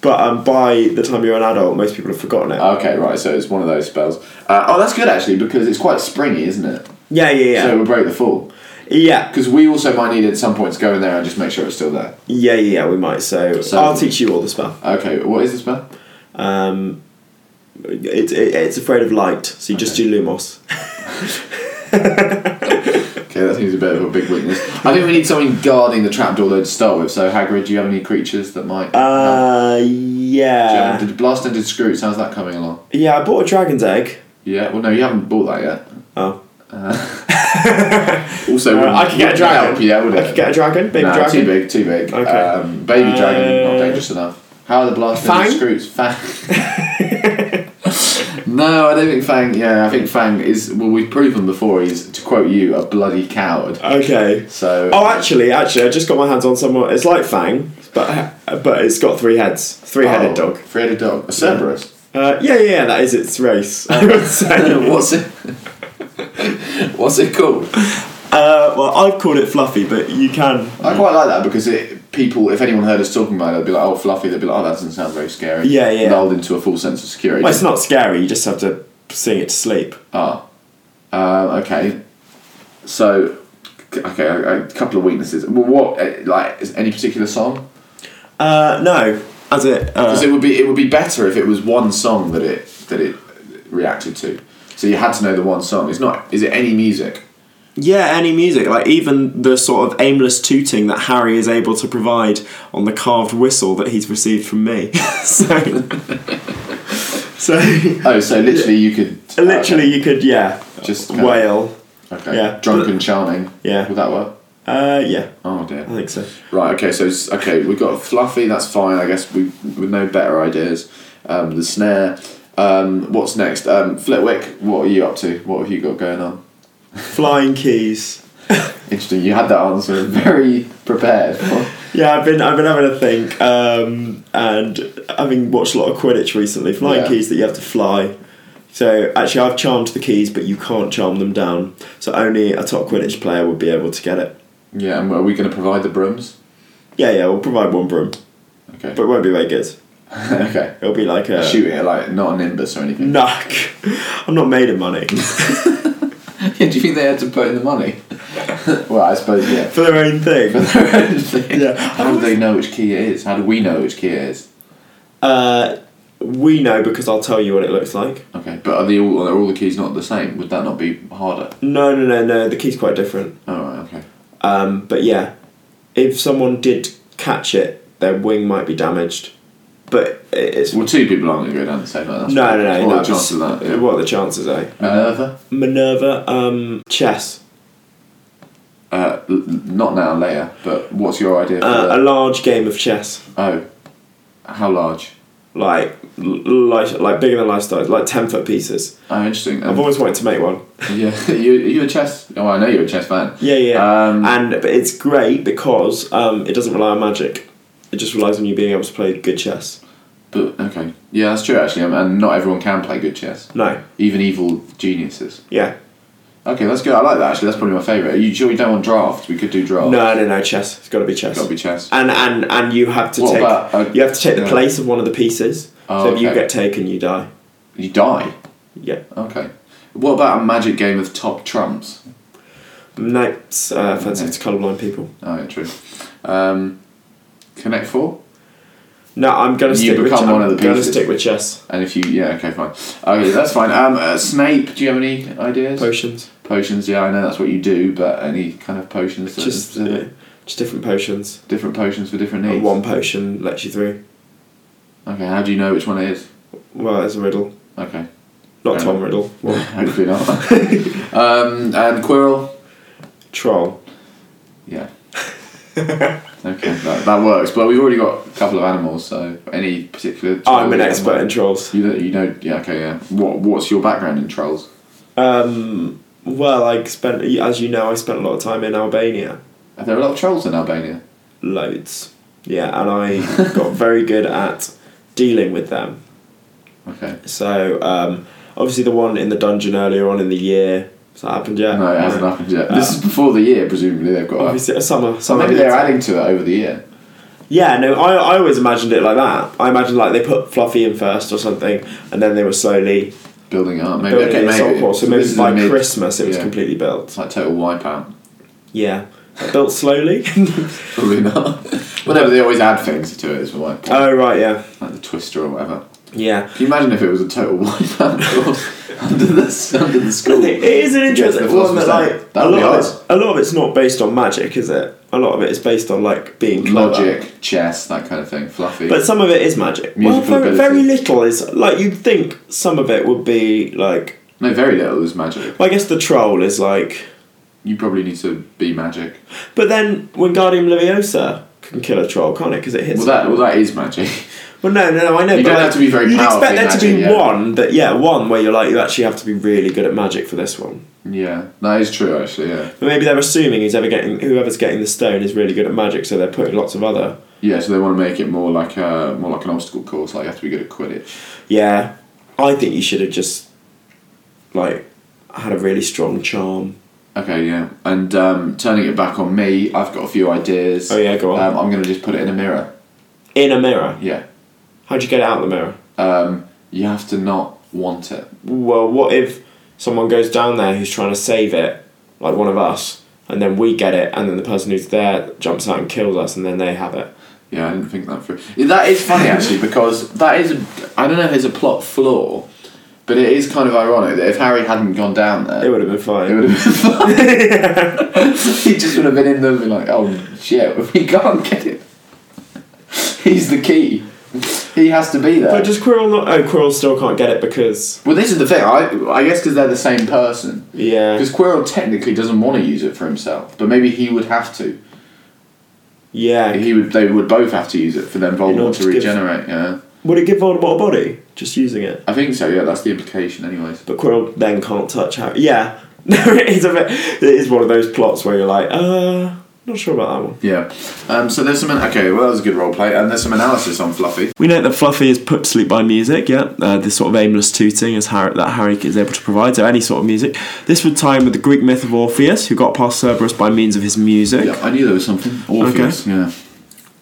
Speaker 2: but um, by the time you're an adult, most people have forgotten it.
Speaker 1: Okay, right. So it's one of those spells. Uh, oh, that's good actually because it's quite springy, isn't it?
Speaker 2: yeah, yeah, yeah.
Speaker 1: So it will break the fall.
Speaker 2: yeah,
Speaker 1: Because we also might need at some point to go in there and just make sure it's still there.
Speaker 2: yeah, yeah, yeah, we might. So,
Speaker 1: So-
Speaker 2: I'll teach you all the spell.
Speaker 1: Okay, what is the spell?
Speaker 2: Um, it, it, it's afraid of light, so you just do
Speaker 1: (laughs)
Speaker 2: Lumos.
Speaker 1: Okay, that seems a bit of a big weakness. I think we need something guarding the trapdoor though to start with. So Hagrid, do you have any creatures that might? help?
Speaker 2: Uh,
Speaker 1: Do you have-
Speaker 2: yeah.
Speaker 1: did Blast and did Scroots? How's that coming along?
Speaker 2: Yeah, I bought a dragon's egg.
Speaker 1: Yeah. Well, no, you haven't bought that yet.
Speaker 2: Oh.
Speaker 1: Also,
Speaker 2: Uh,
Speaker 1: wouldn't-
Speaker 2: I could get a
Speaker 1: wouldn't
Speaker 2: dragon.
Speaker 1: Help, yeah, would
Speaker 2: I could get a dragon, baby
Speaker 1: no,
Speaker 2: dragon.
Speaker 1: too big, too big.
Speaker 2: Okay.
Speaker 1: Um, baby dragon,
Speaker 2: Uh,
Speaker 1: not dangerous enough. How are the Blast
Speaker 2: Fang?
Speaker 1: and Scroots? Fang. (laughs) no, I don't think Fang. Yeah, I think Fang is. Well, we've proven before. He's to quote you, a bloody coward.
Speaker 2: Okay.
Speaker 1: So.
Speaker 2: Oh, actually, actually, I just got my hands on someone. It's like Fang, but but it's got three heads, three-headed
Speaker 1: Oh.
Speaker 2: dog.
Speaker 1: Three-headed dog. A Cerberus.
Speaker 2: Uh, yeah, yeah, yeah, that is its race. I
Speaker 1: (laughs)
Speaker 2: would say.
Speaker 1: What's it? What's it called?
Speaker 2: Uh, well, I've called it Fluffy, but you can.
Speaker 1: I quite like that because it people, if anyone heard us talking about it, they'd be like, "Oh, fluffy." They'd be like, "Oh, that doesn't sound very scary."
Speaker 2: Yeah, yeah.
Speaker 1: Lulled into a full sense of security.
Speaker 2: Well, it's not scary. You just have to sing it to sleep.
Speaker 1: Ah, um, okay. So, c- okay, a, a couple of weaknesses. Well, what eh, like is any particular song?
Speaker 2: Uh, no, as it. Uh,
Speaker 1: Because it would be it would be better if it was one song that it that it reacted to. So you had to know the one song. It's not. Is it any music?
Speaker 2: Yeah, any music, like even the sort of aimless tooting that Harry is able to provide on the carved whistle that he's received from me. (laughs) so, so (laughs)
Speaker 1: Oh, so literally you could
Speaker 2: Uh, literally, you could yeah,
Speaker 1: Just kind of-
Speaker 2: wail.
Speaker 1: Okay.
Speaker 2: yeah.
Speaker 1: Drunk and charming.
Speaker 2: Yeah.
Speaker 1: Would that work?
Speaker 2: Uh, yeah,
Speaker 1: Oh dear.
Speaker 2: I think so.
Speaker 1: Right. Okay. So s- okay, we've got fluffy. That's fine. I guess we with no better ideas. Um, the snare. Um, what's next? Um, Flitwick. What are you up to? What have you got going on?
Speaker 2: Flying keys.
Speaker 1: Interesting. You had that answer (laughs) very prepared.
Speaker 2: Yeah, I've been I've been having a think, um, and having watched a lot of Quidditch recently. Flying
Speaker 1: Yeah.
Speaker 2: keys that you have to fly. So actually, I've charmed the keys, but you can't charm them down. So only a top Quidditch player would be able to get it.
Speaker 1: yeah. And are we going to provide the brooms?
Speaker 2: Yeah, yeah, we'll provide one broom,
Speaker 1: Okay.
Speaker 2: but it won't be very good.
Speaker 1: (laughs) okay.
Speaker 2: It'll be like a
Speaker 1: Shooting it like not a nimbus or anything. (laughs)
Speaker 2: knock. (laughs) I'm not made of money (laughs)
Speaker 1: Do you think they had to put in the money? (laughs) well, I suppose yeah. (laughs)
Speaker 2: for their own thing. Yeah.
Speaker 1: How do they know which key it is? How do we know which key it is?
Speaker 2: Uh, we know because I'll tell you what it looks like.
Speaker 1: Okay, but are they all are all the keys not the same? Would that not be harder?
Speaker 2: No, no, no, no. The key's quite different.
Speaker 1: Oh right, okay.
Speaker 2: Um, but yeah, if someone did catch it, their wing might be damaged. But it- it's
Speaker 1: Well, two people aren't going to go down the same. Like, that's
Speaker 2: no, no,
Speaker 1: What
Speaker 2: no.
Speaker 1: are the
Speaker 2: that was-
Speaker 1: chances of that? Uh, Yeah.
Speaker 2: What are the chances, eh?
Speaker 1: Minerva?
Speaker 2: Minerva, um, chess.
Speaker 1: Uh, l- l- not now, later. But what's your idea for?
Speaker 2: Uh, a
Speaker 1: the-
Speaker 2: large game of chess,
Speaker 1: oh, how large?
Speaker 2: like l- like like bigger than life size, like ten foot pieces.
Speaker 1: Oh, interesting.
Speaker 2: I've
Speaker 1: Um,
Speaker 2: always wanted to make one.
Speaker 1: yeah, (laughs) you you a chess? Oh, I know you're a chess fan.
Speaker 2: Yeah, yeah.
Speaker 1: Um,
Speaker 2: and but it's great because um, it doesn't rely on magic. It just relies on you being able to play good chess.
Speaker 1: But okay, yeah, that's true actually. Um, and not everyone can play good chess.
Speaker 2: No.
Speaker 1: Even evil geniuses.
Speaker 2: Yeah.
Speaker 1: Okay, that's good. I like that actually. That's probably my favourite. Are you sure you don't want draft? We could do draft.
Speaker 2: No, no, no, chess. It's got to be chess.
Speaker 1: It's got to be chess.
Speaker 2: And and and you have to
Speaker 1: What
Speaker 2: take
Speaker 1: about, uh,
Speaker 2: you have to take the
Speaker 1: yeah.
Speaker 2: place of one of the pieces.
Speaker 1: Oh,
Speaker 2: so if you
Speaker 1: okay.
Speaker 2: get taken, you die.
Speaker 1: You die.
Speaker 2: Yeah,
Speaker 1: Okay. What about a magic game of top trumps?
Speaker 2: no, it's uh, offensive to colorblind people.
Speaker 1: Oh, yeah, true. Um, connect four.
Speaker 2: No, I'm gonna
Speaker 1: You
Speaker 2: stick with.
Speaker 1: become
Speaker 2: I'm
Speaker 1: one of the
Speaker 2: gonna
Speaker 1: pieces.
Speaker 2: stick with chess
Speaker 1: And if you, yeah, okay, fine. Okay, that's fine. Um, uh, Snape. Do you have any ideas?
Speaker 2: potions.
Speaker 1: potions. Yeah, I know that's what you do, but any kind of potions? that-
Speaker 2: Just uh, just different potions.
Speaker 1: different potions for different needs.
Speaker 2: And one potion lets you through.
Speaker 1: Okay, how do you know which one it is?
Speaker 2: Well, that's a riddle.
Speaker 1: Okay,
Speaker 2: Not
Speaker 1: Yeah.
Speaker 2: Tom Riddle.
Speaker 1: (laughs)
Speaker 2: Well,
Speaker 1: hopefully not. um, and Quirrell.
Speaker 2: troll. (laughs)
Speaker 1: Yeah. okay, that, that works. But we've already got a couple of animals, so any particular?
Speaker 2: I'm an
Speaker 1: animal?
Speaker 2: expert in trolls.
Speaker 1: You know, you know, yeah, okay, yeah. What What's your background in trolls?
Speaker 2: Um, well, I spent, as you know, I spent a lot of time in Albania.
Speaker 1: Are there a lot of trolls in Albania?
Speaker 2: loads. Yeah, and
Speaker 1: (laughs)
Speaker 2: I got very good at dealing with them.
Speaker 1: Okay.
Speaker 2: So um, obviously the one in the dungeon earlier on in the year. Has that happened yet?
Speaker 1: No, it hasn't happened yet. This is before the year, presumably they've got.
Speaker 2: Um, Obviously, uh, summer.
Speaker 1: so
Speaker 2: summer
Speaker 1: maybe they're
Speaker 2: meeting.
Speaker 1: adding to it over the year.
Speaker 2: Yeah, no, I, I always imagined it like that. I imagined like they put Fluffy in first or something, and then they were slowly
Speaker 1: Building it up, maybe.
Speaker 2: building
Speaker 1: okay,
Speaker 2: the assault
Speaker 1: maybe.
Speaker 2: course. So maybe
Speaker 1: this is
Speaker 2: by
Speaker 1: a mid-
Speaker 2: Christmas it was
Speaker 1: yeah.
Speaker 2: completely
Speaker 1: It's
Speaker 2: built.
Speaker 1: like total wipeout. (laughs)
Speaker 2: Yeah, built slowly. (laughs)
Speaker 1: Probably not. well, no, but they always add things to it. Is my point.
Speaker 2: oh right, yeah,
Speaker 1: like the twister or whatever.
Speaker 2: yeah.
Speaker 1: Can you imagine if it was a total (laughs) wipeout course under the under the school?
Speaker 2: It is an interesting
Speaker 1: the
Speaker 2: one that
Speaker 1: philosopher's
Speaker 2: like
Speaker 1: stone.
Speaker 2: a
Speaker 1: That'd
Speaker 2: lot
Speaker 1: be
Speaker 2: of
Speaker 1: ours.
Speaker 2: it's, a lot of it's not based on magic, is it? A lot of it is based on like being clever.
Speaker 1: logic, chess, that kind of thing. Fluffy.
Speaker 2: But some of it is magic.
Speaker 1: Musical
Speaker 2: well, very,
Speaker 1: ability.
Speaker 2: very little is like you'd think some of it would be like
Speaker 1: no, very little is magic.
Speaker 2: well, I guess the troll is like
Speaker 1: You probably need to be magic.
Speaker 2: but then when Guardian Leviosa can kill a troll, can't it? Because it hits
Speaker 1: Well, that well, that is magic. (laughs)
Speaker 2: Well, no, no, no, I know.
Speaker 1: You
Speaker 2: but
Speaker 1: don't
Speaker 2: like,
Speaker 1: have to be very
Speaker 2: You'd
Speaker 1: powerful
Speaker 2: expect there
Speaker 1: in
Speaker 2: to be
Speaker 1: magic, yeah.
Speaker 2: one that, yeah, one where you're like, you actually have to be really good at magic for this one.
Speaker 1: yeah, that is true actually. Yeah,
Speaker 2: But maybe they're assuming who's ever getting, whoever's getting the stone is really good at magic, so they're putting lots of other
Speaker 1: yeah. So they want to make it more like a more like an obstacle course. Like you have to be good at Quidditch.
Speaker 2: Yeah, I think you should have just like had a really strong charm.
Speaker 1: Okay, yeah. And um, turning it back on me, I've got a few ideas.
Speaker 2: Oh, yeah, go on.
Speaker 1: Um, I'm gonna just put it in a mirror.
Speaker 2: In a mirror.
Speaker 1: Yeah.
Speaker 2: How'd you get it out of the mirror?
Speaker 1: Um, you have to not want it.
Speaker 2: Well, what if someone goes down there who's trying to save it, like one of us, and then we get it, and then the person who's there jumps out and kills us, and then they have it.
Speaker 1: Yeah, I didn't think that through. That is
Speaker 2: (laughs)
Speaker 1: funny actually because that is a, I don't know if it's a plot flaw, but it is kind of ironic that if Harry hadn't gone down there,
Speaker 2: It would have been
Speaker 1: It
Speaker 2: fine.
Speaker 1: would
Speaker 2: (laughs)
Speaker 1: have been fun. he just would have been in there and been like, oh shit, we can't get it. He's the key. He has to be there.
Speaker 2: But does Quirrell not? Oh, Quirrell still can't get it because
Speaker 1: well, this is the thing. I, I guess because they're the same person.
Speaker 2: yeah,
Speaker 1: Because Quirrell technically doesn't want to use it for himself, but maybe he would have to.
Speaker 2: yeah.
Speaker 1: He would. They would both have to use it for then Voldemort
Speaker 2: order
Speaker 1: to
Speaker 2: to give-
Speaker 1: regenerate. Yeah,
Speaker 2: Would it give Voldemort a body just using it?
Speaker 1: I think so. Yeah, that's the implication, anyways.
Speaker 2: But Quirrell then can't touch Harry. Yeah, (laughs) it is a bit, it is one of those plots where you're like, uh, not sure about that one.
Speaker 1: Yeah. Um, so there's some. Okay, well that was a good role play, and there's some analysis on Fluffy.
Speaker 2: We note that Fluffy is put to sleep by music, yeah, uh, this sort of aimless tooting as Harry, that Harry is able to provide, so any sort of music. This would tie in with the Greek myth of Orpheus, who got past Cerberus by means of his music.
Speaker 1: Yeah, I knew there was something. Orpheus. Yeah.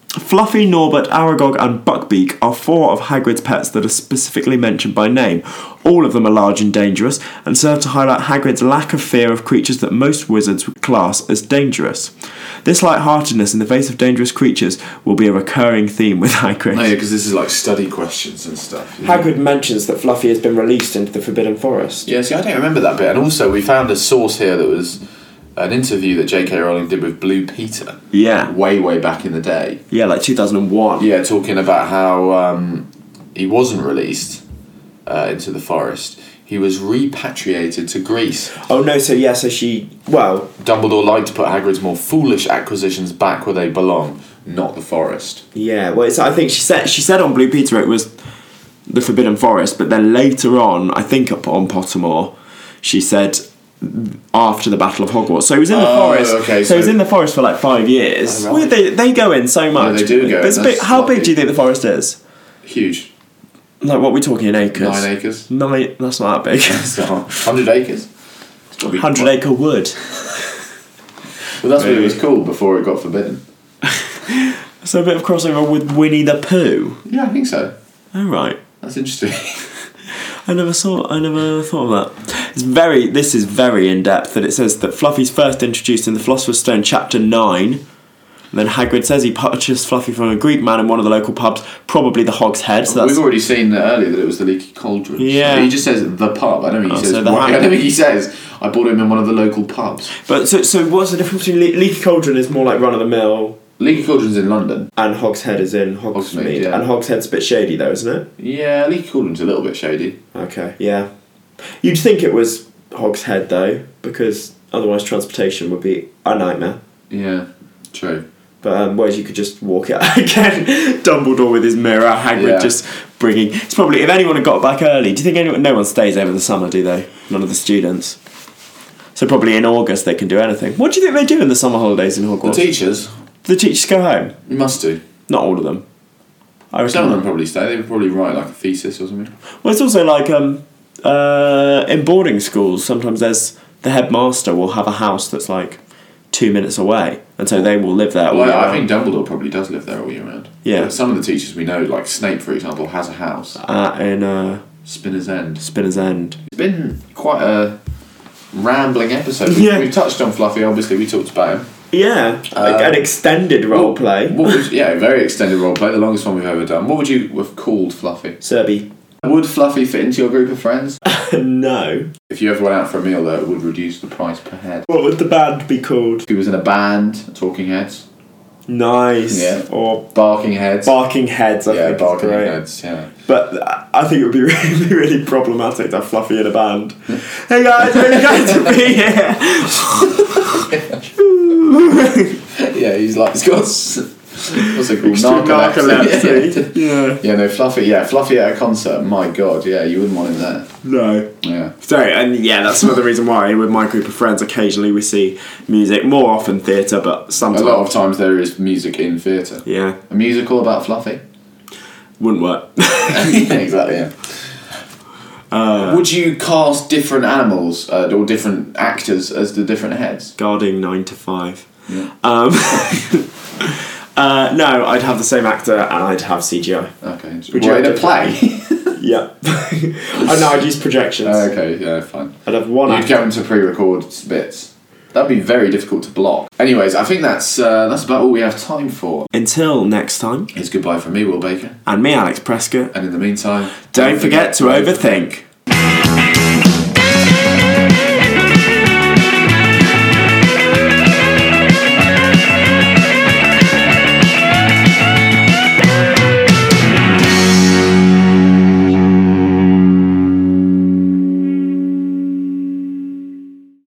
Speaker 2: Fluffy, Norbert, Aragog, and Buckbeak are four of Hagrid's pets that are specifically mentioned by name. All of them are large and dangerous, and serve to highlight Hagrid's lack of fear of creatures that most wizards would class as dangerous. This lightheartedness in the face of dangerous creatures will be a recurring theme with Hagrid.
Speaker 1: No, yeah, because this is like study questions and stuff. yeah.
Speaker 2: Hagrid mentions that Fluffy has been released into the Forbidden Forest.
Speaker 1: Yeah, see, I don't remember that bit. And also, we found a source here that was an interview that J.K. Rowling did with Blue Peter
Speaker 2: Yeah,
Speaker 1: way, way back in the day.
Speaker 2: yeah, like 2001.
Speaker 1: Yeah, talking about how um, he wasn't released uh, into the forest. He was repatriated to Greece.
Speaker 2: Oh no, so yeah, so she. Well,
Speaker 1: Dumbledore liked to put Hagrid's more foolish acquisitions back where they belong, not the forest.
Speaker 2: Yeah, well, it's, I think she said she said on Blue Peter it was the Forbidden Forest, but then later on, I think up on Pottermore, she said after the Battle of Hogwarts. So he was in the
Speaker 1: Oh,
Speaker 2: forest.
Speaker 1: okay,
Speaker 2: so, he was
Speaker 1: so-
Speaker 2: in the forest for like five years.
Speaker 1: Oh, right.
Speaker 2: They they go in so much.
Speaker 1: they do go
Speaker 2: But it's
Speaker 1: in,
Speaker 2: big,
Speaker 1: that's
Speaker 2: how big
Speaker 1: lucky.
Speaker 2: do you think the forest is?
Speaker 1: Huge.
Speaker 2: Like what are we talking in acres?
Speaker 1: Nine acres. (laughs)
Speaker 2: Nine. That's not that big.
Speaker 1: So, 100 acres. It'd be
Speaker 2: Hundred
Speaker 1: quite-
Speaker 2: Acre Wood.
Speaker 1: Well, that's what it
Speaker 2: Maybe.
Speaker 1: was called before it got forbidden.
Speaker 2: So a bit of crossover with Winnie the Pooh.
Speaker 1: Yeah, I think so.
Speaker 2: All right.
Speaker 1: That's interesting.
Speaker 2: I never saw. I never thought of that. It's very. This is very in depth. That it says that Fluffy's first introduced in the Philosopher's Stone, chapter nine. And then Hagrid says he purchased Fluffy from a Greek man in one of the local pubs, probably the Hog's Head. So that's
Speaker 1: We've already seen earlier that it was the leaky cauldron.
Speaker 2: Yeah.
Speaker 1: He just says the pub. I don't think he
Speaker 2: Oh,
Speaker 1: says.
Speaker 2: so the
Speaker 1: why- (laughs) I
Speaker 2: hand-
Speaker 1: don't think he says. I bought him in one of the local pubs.
Speaker 2: But so, so what's the difference between Le- Leaky Cauldron is more like run of the mill,
Speaker 1: Leaky cauldron's in London.
Speaker 2: and Hogshead is in Hogsmeade,
Speaker 1: Hogsmeade, yeah.
Speaker 2: and Hogshead's a bit shady though, isn't it?
Speaker 1: Yeah, leaky cauldron's a little bit shady.
Speaker 2: Okay, yeah. You'd think it was Hogshead though, because otherwise transportation would be a nightmare.
Speaker 1: Yeah, true.
Speaker 2: But um, whereas you could just walk it (laughs) again, Dumbledore with his mirror, Hagrid
Speaker 1: Yeah.
Speaker 2: just bringing. It's probably if anyone had got back early. Do you think anyone? No one stays over the summer, do they? None of the students. So probably in August they can do anything. What do you think they do in the summer holidays in
Speaker 1: The
Speaker 2: Hogwarts?
Speaker 1: teachers,
Speaker 2: the teachers go home.
Speaker 1: you must do.
Speaker 2: Not all of them. I reckon.
Speaker 1: Some of them probably stay. They would probably write like a thesis or something.
Speaker 2: Well, it's also like um, uh, in boarding schools. Sometimes there's the headmaster will have a house that's like two minutes away, and so they will live there. all
Speaker 1: Well,
Speaker 2: year
Speaker 1: I
Speaker 2: round.
Speaker 1: think Dumbledore probably does live there all year round.
Speaker 2: Yeah.
Speaker 1: But some of the teachers we know, like Snape, for example, has a house.
Speaker 2: uh, in uh,
Speaker 1: Spinner's End.
Speaker 2: Spinner's End.
Speaker 1: It's been quite a rambling episode. We,
Speaker 2: Yeah.
Speaker 1: we touched on Fluffy, obviously. We talked about him.
Speaker 2: Yeah, like
Speaker 1: Um,
Speaker 2: an extended role play.
Speaker 1: What would, yeah, very extended role play, the longest one we've ever done. What would you have called Fluffy?
Speaker 2: Serby. (laughs)
Speaker 1: Would Fluffy fit into your group of friends?
Speaker 2: no.
Speaker 1: If you ever went out for a meal, though, it would reduce the price per head.
Speaker 2: What would the band be called?
Speaker 1: If he was in a band, Talking Heads,
Speaker 2: Nice.
Speaker 1: Yeah.
Speaker 2: Or
Speaker 1: Barking Heads.
Speaker 2: Barking Heads, I
Speaker 1: yeah,
Speaker 2: think
Speaker 1: Barking
Speaker 2: is great.
Speaker 1: Heads, yeah. (laughs)
Speaker 2: But I- I think it would be (laughs) really, really problematic to have Fluffy in a band.
Speaker 1: Hmm.
Speaker 2: hey guys, really glad to be
Speaker 1: (laughs)
Speaker 2: (laughs) here.
Speaker 1: yeah, he's like, he's got. s- What's it called? (laughs)
Speaker 2: Extreme
Speaker 1: Yeah.
Speaker 2: narcolepsy. yeah.
Speaker 1: Yeah, no, Fluffy, yeah, Fluffy at a concert, my god, yeah, you wouldn't want him there.
Speaker 2: No.
Speaker 1: Yeah.
Speaker 2: So, and yeah, that's another reason why with my group of friends, occasionally we see music, more often theatre, but
Speaker 1: A
Speaker 2: sometimes.
Speaker 1: lot of times there is music in theatre.
Speaker 2: yeah,
Speaker 1: A musical about
Speaker 2: (laughs)
Speaker 1: Fluffy? (laughs)
Speaker 2: wouldn't work. (laughs)
Speaker 1: yeah, exactly, yeah.
Speaker 2: Uh,
Speaker 1: Would you cast different animals uh, or different actors as the different heads?
Speaker 2: guarding nine to five. Um, (laughs) uh, no, I'd have the same actor and I'd have CGI.
Speaker 1: Okay.
Speaker 2: Would
Speaker 1: Would
Speaker 2: you
Speaker 1: you in
Speaker 2: have
Speaker 1: a
Speaker 2: (laughs)
Speaker 1: play?
Speaker 2: Yeah. (laughs) oh no, I'd use
Speaker 1: (laughs)
Speaker 2: projections.
Speaker 1: okay, yeah, fine.
Speaker 2: I'd have one
Speaker 1: You'd
Speaker 2: actor.
Speaker 1: go into pre-record bits. That'd be very difficult to block. Anyways, I think that's uh, that's about all we have time for.
Speaker 2: Until next time,
Speaker 1: It's goodbye from me, Will Baker.
Speaker 2: and me, Alex Prescott,
Speaker 1: And in the meantime,
Speaker 2: don't forget to overthink.
Speaker 4: Thank you.